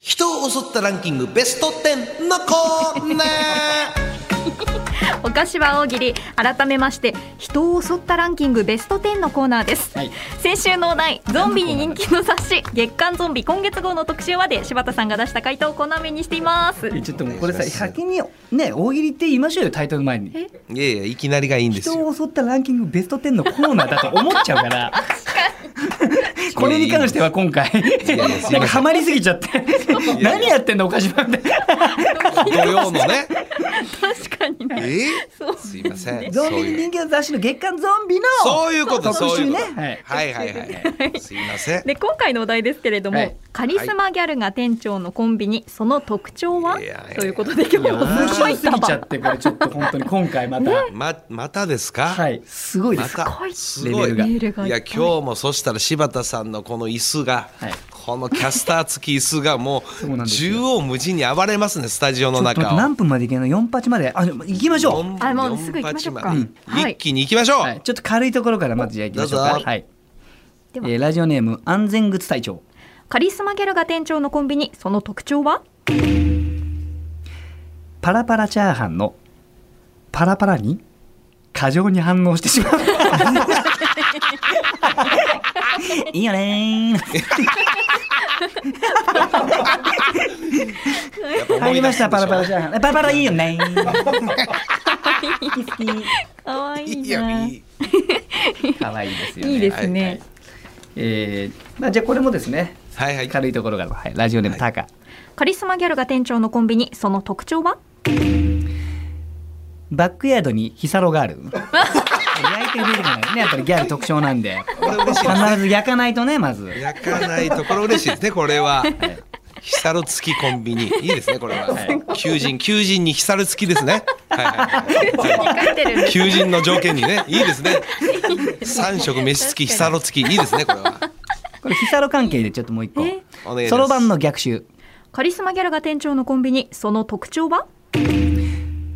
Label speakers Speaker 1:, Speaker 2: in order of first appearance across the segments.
Speaker 1: 人を襲ったランキングベスト10のコーナー
Speaker 2: お菓子は大喜利改めまして人を襲ったランキングベスト10のコーナーです、
Speaker 3: はい
Speaker 2: 先週のお題ゾンビに人気の雑誌月刊ゾンビ今月号の特集はで柴田さんが出した回答をコーナー名にしてい ます
Speaker 3: ちょっともうこ
Speaker 1: お
Speaker 3: れさ
Speaker 1: 願いします
Speaker 3: 先にね大喜利って言いましょうよタイトル前に
Speaker 2: え
Speaker 1: いやいやいきなりがいいんです
Speaker 3: 人
Speaker 1: よ
Speaker 3: を襲ったランキングベスト10のコーナーだと思っちゃうからこれに関しては今回
Speaker 1: やいや
Speaker 3: なんかハマりすぎちゃって何やってんだおかしなって
Speaker 1: 土曜のね
Speaker 2: 確かに
Speaker 1: え
Speaker 2: ねそう
Speaker 1: ー、すいません
Speaker 3: ゾンビ
Speaker 1: そう
Speaker 3: に
Speaker 1: いう
Speaker 3: 人気の雑誌の月刊ゾンビの
Speaker 1: そういうこと
Speaker 3: 特
Speaker 1: そうい
Speaker 3: 集
Speaker 1: う
Speaker 3: ね
Speaker 1: こと
Speaker 3: はい
Speaker 1: はいはいはいすいません
Speaker 2: で今回のお題ですけれども、
Speaker 3: はい
Speaker 2: カリスマギャルが店長のコンビニその特徴はい
Speaker 1: やいやいや
Speaker 2: ということで今日
Speaker 3: いや
Speaker 2: も
Speaker 3: 面
Speaker 2: すご
Speaker 3: 白
Speaker 2: い
Speaker 3: すぎちゃ
Speaker 2: 束
Speaker 3: ってこれちょっと本当に今回また、
Speaker 1: ままたですか
Speaker 3: はいすごいで、
Speaker 1: ます
Speaker 3: は
Speaker 1: た
Speaker 2: ごい
Speaker 1: すごい
Speaker 3: レベルが
Speaker 2: レベルが
Speaker 1: いや今日もそしたら柴田さんのこの椅子が、
Speaker 3: はい
Speaker 1: このキャスター付き椅子がも
Speaker 3: そうなん
Speaker 1: う
Speaker 3: です
Speaker 1: 縦
Speaker 3: よ
Speaker 1: 横無尽に暴れますねスタジオの中を。
Speaker 3: 何分までいけないの4八まであ行きましょう、
Speaker 2: あもうすぐ行きましょうか
Speaker 1: 四八まで
Speaker 2: はい
Speaker 1: 一気に行きましょう、
Speaker 3: はい、ちょっと軽いところからまずじゃあ行きましょう
Speaker 1: ど
Speaker 3: か
Speaker 1: うぞ
Speaker 3: はい、
Speaker 2: で
Speaker 3: え
Speaker 2: は
Speaker 3: ーラジオネーム安全靴隊長
Speaker 2: カリスマギャルが店長のコンビニその特徴は
Speaker 3: パラパラチャーハンのパラパラに過剰に反応してしま う。いいよねー。
Speaker 1: やっぱ思い出すんでょ
Speaker 3: 入りましたパラパラチャーハン。パラパラいいよねー。好き好き。
Speaker 2: かわいい
Speaker 1: い
Speaker 2: な
Speaker 1: やい
Speaker 2: い
Speaker 1: い
Speaker 3: 可愛いですよね。
Speaker 2: いですね、
Speaker 1: はいはい
Speaker 3: えーまあじゃあこれもですね。
Speaker 1: はいはい
Speaker 3: 軽いところから、はい、ラジオネームタカ、
Speaker 2: カリスマギャルが店長のコンビニその特徴は
Speaker 3: バックヤードにヒサロがあ る。焼いてくれるからねやっぱりギャル特徴なんで。
Speaker 1: これ嬉しい
Speaker 3: 必ず焼かないとねまず。
Speaker 1: 焼かないところ嬉しいですねこれは。ヒサロ付きコンビニいいですねこれは、求人求人にヒサロ付きですねはいはいはいはい
Speaker 2: 書いてるん
Speaker 1: 求人の条件にねいいですね三食飯付きヒサロ付きいいですねこれは
Speaker 3: これヒサロ関係でちょっともう一個
Speaker 2: え。
Speaker 1: お願いします
Speaker 3: そろばんの逆襲。
Speaker 2: カリスマギャルが店長のコンビニその特徴は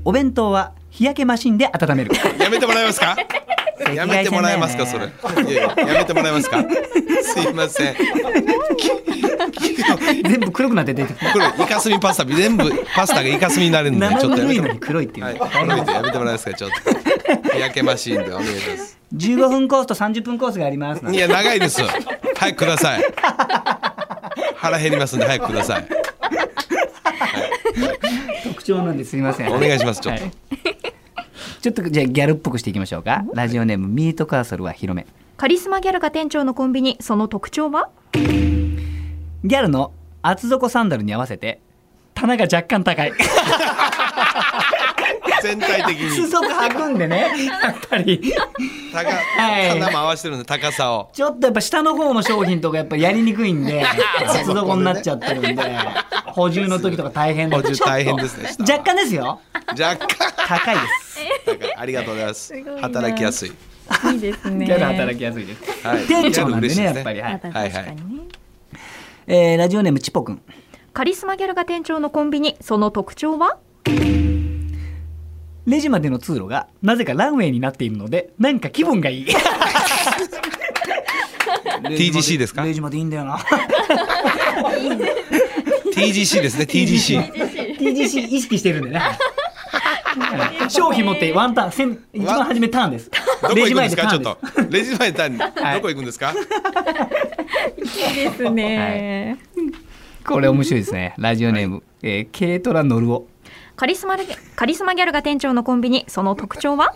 Speaker 3: お弁当は日焼けマシンで温める。
Speaker 1: やめてもらえますかやめてもらえますかそれ
Speaker 3: 赤
Speaker 1: いやいややめてもらえますかすいません
Speaker 3: 外線だよね全部黒くなって出てくる。
Speaker 1: これイカスミパスタ全部パスタがイカスミになるんで
Speaker 3: 生
Speaker 1: ちょっとや
Speaker 3: ぬる
Speaker 1: めて
Speaker 3: い
Speaker 1: も
Speaker 3: の
Speaker 1: ら
Speaker 3: に黒いっていう
Speaker 1: はい、
Speaker 3: ね。
Speaker 1: この人やめてもらえますかちょっと日焼けマシーンでお願いし ます
Speaker 3: 15分コースと30分コースがあります。
Speaker 1: いや長いです早くください腹減りますんで早くください
Speaker 3: 特徴なんですいません。
Speaker 1: お願いしますちょっ
Speaker 3: は
Speaker 1: と、
Speaker 3: いちょっとじゃあギャルっぽくしていきましょうか。ラジオネームミートカーソルは広め。
Speaker 2: カリスマギャルが店長のコンビニその特徴は
Speaker 3: ギャルの厚底サンダルに合わせて棚が若干高い。
Speaker 1: 全体的に
Speaker 3: 裾がくんでね。やっぱり
Speaker 1: 高
Speaker 3: い
Speaker 1: 棚も合わせてるんで高さを
Speaker 3: ちょっとやっぱ下の方の商品とかやっぱやりにくい んで厚底になっちゃってるんで補充の時とか大変
Speaker 1: 補充大変ですね
Speaker 3: ちょっと若干ですよ。
Speaker 1: 若干
Speaker 3: 高いです。
Speaker 1: ありがとうございます
Speaker 2: ごいな
Speaker 1: 働きやすい
Speaker 2: いいですね
Speaker 3: ギャル働きやすいです。
Speaker 1: はい
Speaker 3: 店長なんでね、やっぱり。
Speaker 1: ギ
Speaker 3: は
Speaker 2: ま
Speaker 3: い
Speaker 2: だ確
Speaker 1: はい
Speaker 2: かにね、
Speaker 3: えーラジオネームちぽくん。
Speaker 2: カリスマギャルが店長のコンビニその特徴は
Speaker 3: レジまでの通路がなぜかランウェイになっているので、なんか気分 がいい。
Speaker 1: TGC ですか
Speaker 3: レジまでいいんだよな。
Speaker 1: TGC ですね TGC
Speaker 3: TGC 意識してるんでね。はい商品持ってワンターンせん、一番初めターンです
Speaker 1: ど。こ
Speaker 3: レ
Speaker 1: 行くんで
Speaker 3: ジ前
Speaker 1: す
Speaker 3: で
Speaker 1: か
Speaker 3: タ
Speaker 1: ち
Speaker 3: ー
Speaker 1: ょ
Speaker 3: ン
Speaker 1: っ
Speaker 3: で
Speaker 1: とレジ前単にど
Speaker 3: い
Speaker 1: こ行くんですか
Speaker 2: いいですね、
Speaker 3: す。これ面白いですね。ラジオネーム、えー軽トラノルオ。
Speaker 2: カリスマルカリスマギャルが店長のコンビニその特徴は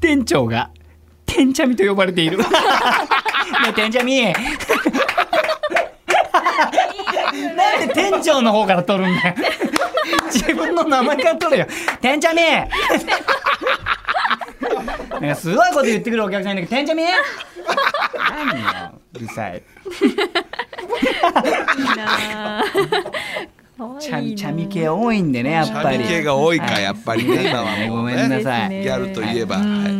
Speaker 3: 店長が店チャミと呼ばれ ている。ねえ店チャミ。なんで店長の方から取るんだよ。自分の名前から取れよ。店チャミ。なんかすごいこと言ってくるお客さんいるけど、店チャミ。何よ、うるさ
Speaker 2: い
Speaker 3: い。
Speaker 2: いなぁ
Speaker 3: チャミ、チャミ系多いんでね、やっ
Speaker 1: チ
Speaker 3: ぱ
Speaker 1: ャ
Speaker 3: り。
Speaker 1: ミ系が多いかやっぱりね今は
Speaker 3: ご
Speaker 1: もう
Speaker 3: めんな
Speaker 1: ね
Speaker 3: さい。
Speaker 1: ギャルといえばはい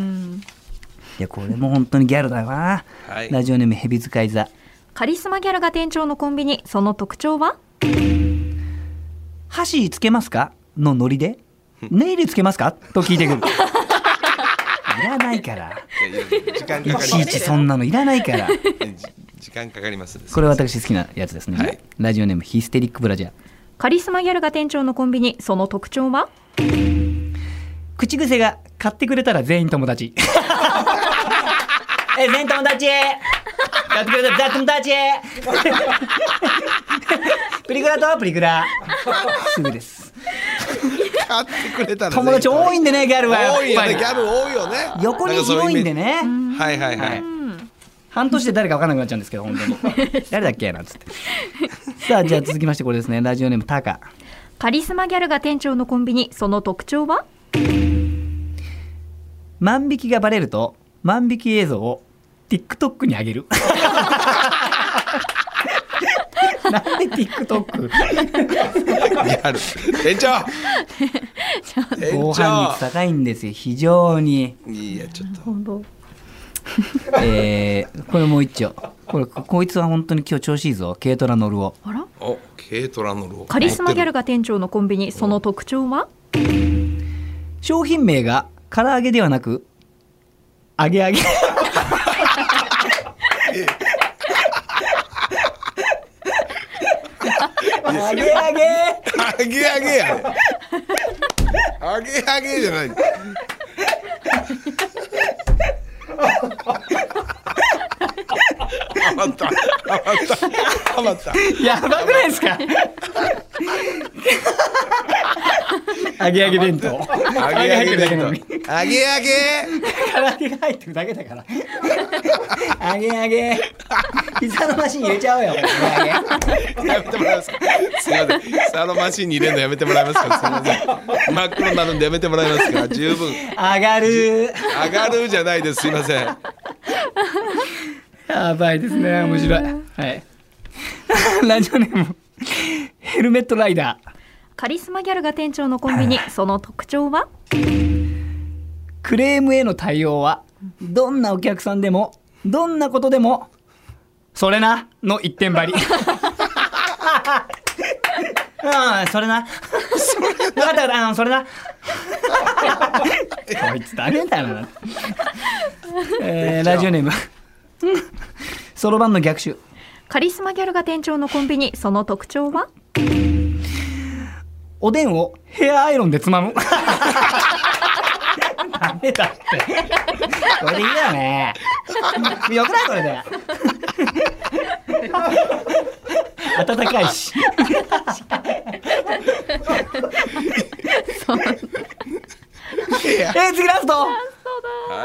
Speaker 3: いや、これも本当にギャルだな。
Speaker 1: はい
Speaker 3: ラジオネームヘビ使い座。
Speaker 2: カリスマギャルが店長のコンビニその特徴は
Speaker 3: 箸つけますかのノリでネイルつけますかと聞いて くるいらないから
Speaker 1: いやいや時間
Speaker 3: い
Speaker 1: かかり
Speaker 3: ちいちそんなのいらないから
Speaker 1: ます 時間かかりますです
Speaker 3: これ私好きなやつですね、
Speaker 1: はい
Speaker 3: ラジオネームヒステリックブラジャー
Speaker 2: カリスマギャルが店長のコンビニその特徴は
Speaker 3: 口癖が買ってくれたら全員友達 え全員友達買ってくれたら全員友達 プリクラとプリクラすぐです
Speaker 1: 買ってくれたらね
Speaker 3: 友達多いんでねギャルはやっ
Speaker 1: 多いよ
Speaker 3: ぱ
Speaker 1: ね
Speaker 3: り
Speaker 1: ギャル多いよね
Speaker 3: 横に広いんでね
Speaker 1: なんかそういうイメージはいはいはい、
Speaker 3: 半年で誰か分からなくなっちゃうんですけど本当に誰だっけなんつってさあじゃあ続きましてこれですねラジオネームタカ
Speaker 2: カリスマギャルが店長のコンビニその特徴は
Speaker 3: 万引きがバレると万引き映像を TikTok に上げるなんで TikTok
Speaker 1: ギャル店 長店
Speaker 3: 防犯率
Speaker 1: 長
Speaker 3: 高いんですよ非常に、
Speaker 1: いやちょっと
Speaker 3: えー、これもう一丁これここいつは本当に今日調子いいぞ軽トラ乗るを
Speaker 2: あら
Speaker 1: お軽トラのロー
Speaker 2: カリスマギャルが店長のコンビニその特徴は
Speaker 3: 商品名が唐揚げではなく揚げ揚げ
Speaker 1: 揚げ揚
Speaker 3: 揚げ揚げ
Speaker 1: げやね揚げ揚げじゃない ハマったハマったハマった
Speaker 3: やばくないですか。揚げ揚げ弁当。揚げ揚げだけなのに。唐
Speaker 1: 揚げ揚げ
Speaker 3: 揚げが入ってるだけだから。揚げ揚げ。膝のマシン入れちゃおうよ。揚げ揚
Speaker 1: やめてもらえますかすいませんサロマシンに入れるのやめてもらえますかすいません真っ黒になるんでやめてもらえますか十分
Speaker 3: げ上がる。
Speaker 1: 上がるじゃないですすいません
Speaker 3: やばいですね。面白い。はい。 ラジオネーム。ヘルメットライダー。
Speaker 2: カリスマギャルが店長のコンビニその特徴は
Speaker 3: クレームへの対応はどんなお客さんでもどんなことでもそれなの一点張り。うん、それな。分かった分かった、あの、それな。こいつダメだな。えーラジオネーム。 そろばんの逆襲。
Speaker 2: カリスマギャルが店長のコンビニその特徴は
Speaker 3: おでんをヘアアイロンでつま む。ダメだって。これでいいだよね。よくないこれで。暖かいし。えー、次ラスト。
Speaker 1: は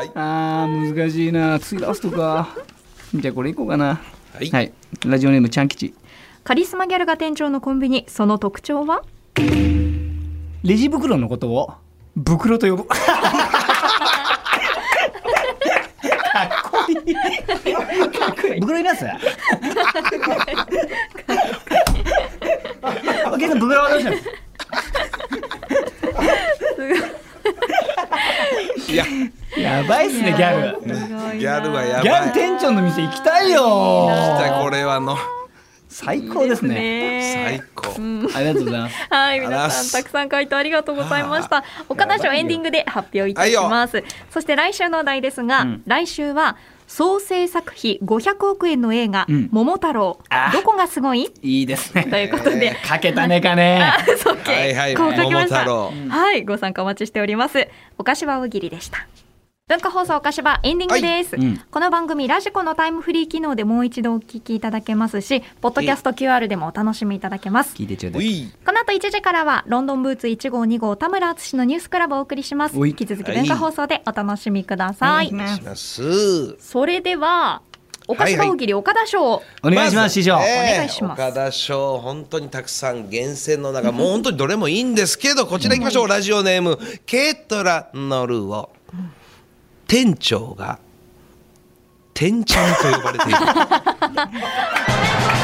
Speaker 1: い
Speaker 3: あー難しいな。次ラストか。じゃあこれいこうかな。
Speaker 1: はい
Speaker 3: はい。ラジオネームちゃん吉。
Speaker 2: カリスマギャルが店長のコンビニその特徴は
Speaker 3: レジ袋のことを袋と呼ぶ。かっこいい。かっこいい。袋います。お客さん袋はどうしたんです
Speaker 1: いや
Speaker 3: やばいっすねギャル。
Speaker 1: ギャルはやばい
Speaker 3: ギャル店長の店行きたい
Speaker 1: じゃあ
Speaker 3: よ。
Speaker 1: これはの
Speaker 3: 最高ですね。
Speaker 1: 最高
Speaker 3: ありがとうございます。
Speaker 2: はい、
Speaker 1: あ
Speaker 2: 皆
Speaker 1: ら
Speaker 2: さ
Speaker 1: す
Speaker 2: んたくさん回答ありがとうございました。岡田賞エンディングで発表いたします。そして来週のお題ですが、来週は総制作費500億円の映画、
Speaker 3: うん
Speaker 2: 桃太郎
Speaker 3: あ、ー
Speaker 2: どこがすごい
Speaker 3: いいですね。
Speaker 2: と いうことで、
Speaker 3: かけたねかね。
Speaker 2: そう結
Speaker 1: はいはい
Speaker 2: 構書きました
Speaker 1: 桃太
Speaker 2: はい、ご参加お待ちしております。お菓子は大喜利でした。文化放送お菓子はエンディングです、
Speaker 3: はいうん
Speaker 2: この番組ラジコのタイムフリー機能でもう一度お聞きいただけますし、ポッドキャスト QR でもお楽しみいただけます。
Speaker 3: 聞いてちょうだ
Speaker 1: う
Speaker 3: い。
Speaker 1: い
Speaker 2: この後1時からはロンドンブーツ1号2号田村敦のニュースクラブをお送りします
Speaker 3: おい
Speaker 2: 引き続き文化放送でお楽しみください、
Speaker 1: します
Speaker 2: それではお菓子が大喜利岡田賞
Speaker 3: お願いします
Speaker 1: ず
Speaker 3: 師匠。
Speaker 1: ねえ
Speaker 2: お願いします
Speaker 1: 岡田賞本当にたくさん厳選の 中もう本当にどれもいいんですけどこちら行きましょうラジオネームケトラノルオ店長が店長と呼ばれている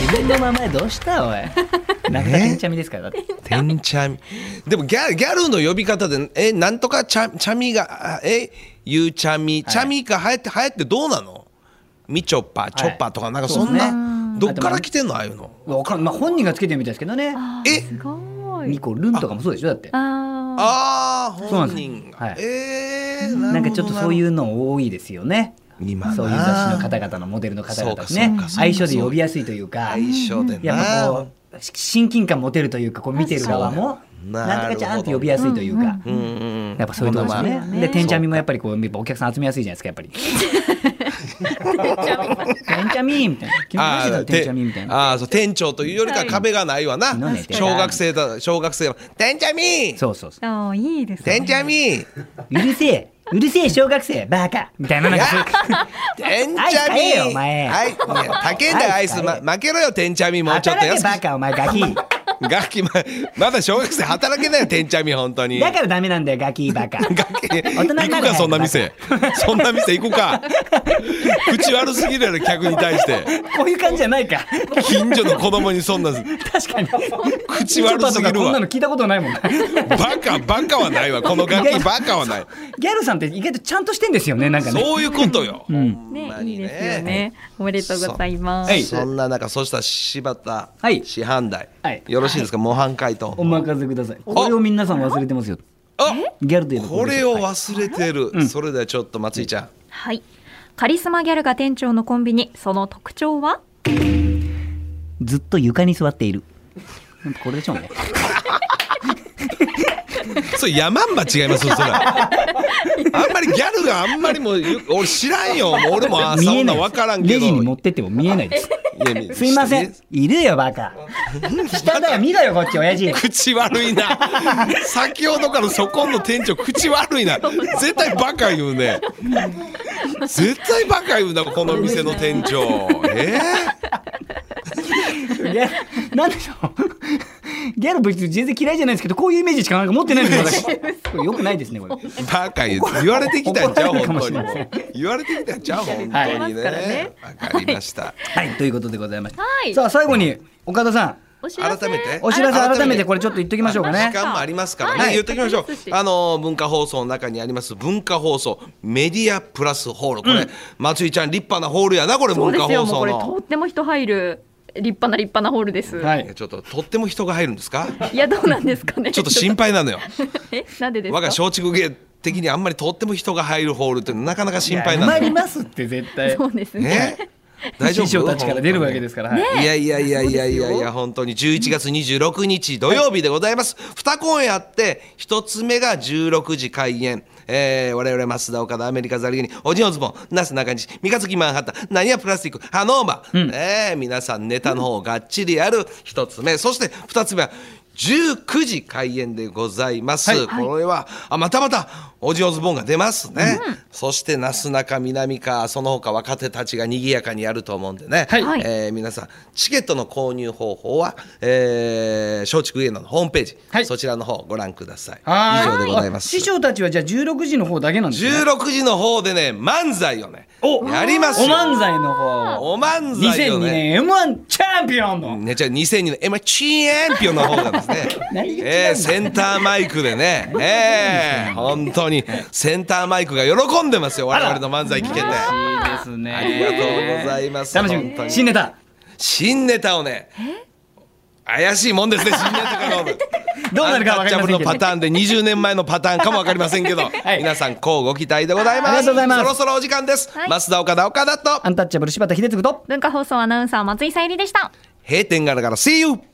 Speaker 3: 自分の名前どうしたおい。中田健ちゃみですからだって。
Speaker 1: 店ちゃみでもギャギャルの呼び方でえなんとかちゃちゃみがあえゆうちゃみ、ちゃみかはやってはやってどうなのみちょぱちょぱとかなんかそんな、どっから来てんのああいうの
Speaker 3: わかんまあ本人がつけてるみたいですけどね。
Speaker 1: え
Speaker 2: すご
Speaker 3: ニ
Speaker 2: い
Speaker 3: コルンとかもそうでしょだって。
Speaker 2: あー
Speaker 1: ああ
Speaker 3: そうな
Speaker 1: 本
Speaker 3: んですよ
Speaker 1: 人が、
Speaker 3: はい
Speaker 1: えー、
Speaker 3: なんかちょっとそういううの多いですよね。
Speaker 1: 今な
Speaker 3: そういう雑誌の方々のモデルの方々ですね
Speaker 1: そうかそうかそうか
Speaker 3: 相性で呼びやすいというか
Speaker 1: 相性で
Speaker 3: やっぱ
Speaker 1: な
Speaker 3: こうし親近感持てるというかこう見てる側も
Speaker 1: そうだよ
Speaker 3: なんとかちゃんって呼びやすいというか。
Speaker 1: うんうん
Speaker 3: やっぱそういうところ
Speaker 1: まあ
Speaker 3: ね
Speaker 1: まあ。
Speaker 3: で、てんちゃみもやっぱりこう、やっぱお客さん集めやすいじゃないですか、やっぱり。 てんちゃみみたいな。君マジだよてんちゃみみたいな。
Speaker 1: あーそう店長というよりかは壁がないわな、
Speaker 3: いのね
Speaker 1: 小学生だ小学生は「店長み
Speaker 3: そうそうそ
Speaker 2: ああいいです
Speaker 1: 店
Speaker 2: ね。
Speaker 1: 長み
Speaker 3: う。うるせえ、うるせえ小学生、バカみたいな。なんかそういう
Speaker 1: 店
Speaker 3: アイス
Speaker 1: 長
Speaker 3: 買えよお
Speaker 1: み
Speaker 3: 前
Speaker 1: はいね叫んだアイス、ま、負けろよ店長みもうちょっと
Speaker 3: 働け
Speaker 1: 安く
Speaker 3: バカ、お前ガキ。
Speaker 1: ガキままだ小学生働けないよ店長み本当に
Speaker 3: だからダメなんだよ、ガキ、 バカ。
Speaker 1: ガキ
Speaker 3: 人にな
Speaker 1: 行
Speaker 3: れ
Speaker 1: くかそんな店そんな店行くか口悪すぎるやろ客に対して
Speaker 3: こういう感じじゃないか。
Speaker 1: 近所の子供にそんな
Speaker 3: 確 かに。
Speaker 1: 口悪すぎ
Speaker 3: みちょぱとか
Speaker 1: る
Speaker 3: こんな
Speaker 1: わ
Speaker 3: の聞いたことないもん。
Speaker 1: バカバカはないわこのガキバカはない
Speaker 3: ギャルさんって意外とちゃんとしてんですよね、なんかね。
Speaker 1: そういうことよ、ほんま
Speaker 2: ねい
Speaker 1: に
Speaker 2: いですよね。おめでとうございます。
Speaker 3: はい
Speaker 1: そんな中そしたら柴田
Speaker 3: はい
Speaker 1: 師範代、
Speaker 3: はい
Speaker 1: よろしいですか、模範解答
Speaker 3: お任せください。これを皆さん忘れてますよ。
Speaker 1: あ
Speaker 3: ギャルといえば
Speaker 1: こ
Speaker 3: です
Speaker 1: れ
Speaker 3: よ
Speaker 1: を忘れてる、それではちょっと松井ちゃん、
Speaker 2: はい。カリスマギャルが店長のコンビニ、その特徴は
Speaker 3: ずっと床に座っている。これでしょうね。
Speaker 1: それ山んば違います よそれあんまりギャルがあんまりもう俺知らんよもう俺もあそんな分からんけ
Speaker 3: レ
Speaker 1: ど
Speaker 3: ジに持ってっても見えない です。
Speaker 1: いや
Speaker 3: すいません。いるよ、バカ。 下だよ、見ろよ、こっち、親父。
Speaker 1: 口悪い な先ほどからそこの店長口悪いな絶対バカ言うね絶対バカ言うなこの店の店長え
Speaker 3: でなんでしょう。ギャル別に全然嫌いじゃないですけど、こういうイメージしかなんか持ってないんで すよ、私。これ良くないですね、これ。
Speaker 1: えバカ言う言われてきたんちゃう
Speaker 3: 怒られるか
Speaker 1: 本
Speaker 3: も
Speaker 1: 当
Speaker 3: し
Speaker 1: に
Speaker 3: れません
Speaker 1: 言われてきたんちゃう本当にねわかりました
Speaker 3: はい、ということでございました。
Speaker 2: はい
Speaker 3: さあ、最後に、岡田さん、
Speaker 2: お知らせ
Speaker 1: 改めて
Speaker 3: お知らせ改めてこれちょっと言っときましょうかね
Speaker 1: 時。間もありますからね、
Speaker 2: はい
Speaker 1: 言っときましょう
Speaker 2: 寿司
Speaker 1: あの文化放送の中にあります文化放送メディアプラスホールこれ、松井ちゃん立派なホールやなこれ
Speaker 2: そう
Speaker 1: 文
Speaker 2: で
Speaker 1: 化
Speaker 2: すよ、
Speaker 1: 放
Speaker 2: も
Speaker 1: 送
Speaker 2: うこれ、
Speaker 1: の
Speaker 2: とっても人入る、立派な立派なホールです。、
Speaker 3: はいい
Speaker 1: いや。ちょっととっても人が入るんですか
Speaker 2: や、どうなんですかね。
Speaker 1: ちょっと心配な のよ
Speaker 2: え、なんでですか
Speaker 1: 我が松竹芸的にあんまりとっても人が入るホールってなかなか心配なの
Speaker 3: 埋まり
Speaker 1: よ
Speaker 3: ますって、絶対。
Speaker 2: そうですね。
Speaker 1: ね大丈夫
Speaker 3: 師匠たちから出るわけですから。はい
Speaker 1: いやいやいやいやいやいや本当に11月26日土曜日でございます、2公演あって1つ目が16時開演えー、我々増田岡田アメリカザリガニオジンオズボンナス中西三日月マンハッタン何やプラスティックハノーマ、えー皆さんネタの方がっちりある1つ目そして2つ目は19時開演でございます、これはあまたまたオジンオズボンが出ますね、そしてなすなか南かその他若手たちが賑やかにやると思うんでね、
Speaker 2: はい
Speaker 1: えー皆さんチケットの購入方法はえー松竹芸能のホームページ、
Speaker 3: はい
Speaker 1: そちらの方ご覧ください
Speaker 3: はい
Speaker 1: 以上でございます
Speaker 3: 師匠たちはじゃあ16時の方だけなんですね。
Speaker 1: 16時の方でね漫才をねやります
Speaker 3: お
Speaker 1: よ
Speaker 3: 漫才の方。
Speaker 1: お漫才
Speaker 3: 2002
Speaker 1: をね
Speaker 3: 年 M1 チャンピオンの。
Speaker 1: ね、じゃあ2002年、え、まあ、チーンピオンの方がですね
Speaker 3: 何、が違うの
Speaker 1: えーセンターマイクでね、えー、本当にセンターマイクが喜んでますよ、我々の漫才聞けて。
Speaker 3: いいですね。
Speaker 1: ありがとうございます
Speaker 3: 楽し
Speaker 1: 本当
Speaker 3: み。
Speaker 1: に
Speaker 3: 新ネタ。
Speaker 1: 新ネタをね、怪しいもん ですね、新ネタからの。
Speaker 3: どうなるかわかりませんけど
Speaker 1: アンタッチャブルのパターンで20年前のパターンかもわかりませんけど、
Speaker 3: い
Speaker 1: 皆さん、こうご期待でございます。
Speaker 3: ありがとうございます
Speaker 1: そろそろお時間です。
Speaker 2: はい
Speaker 1: 増田岡田岡田と、
Speaker 3: アンタッチャブル柴田秀嗣と。
Speaker 2: 文化放送アナウンサー松井さゆりでした。
Speaker 1: 閉店ガラガラ、See you!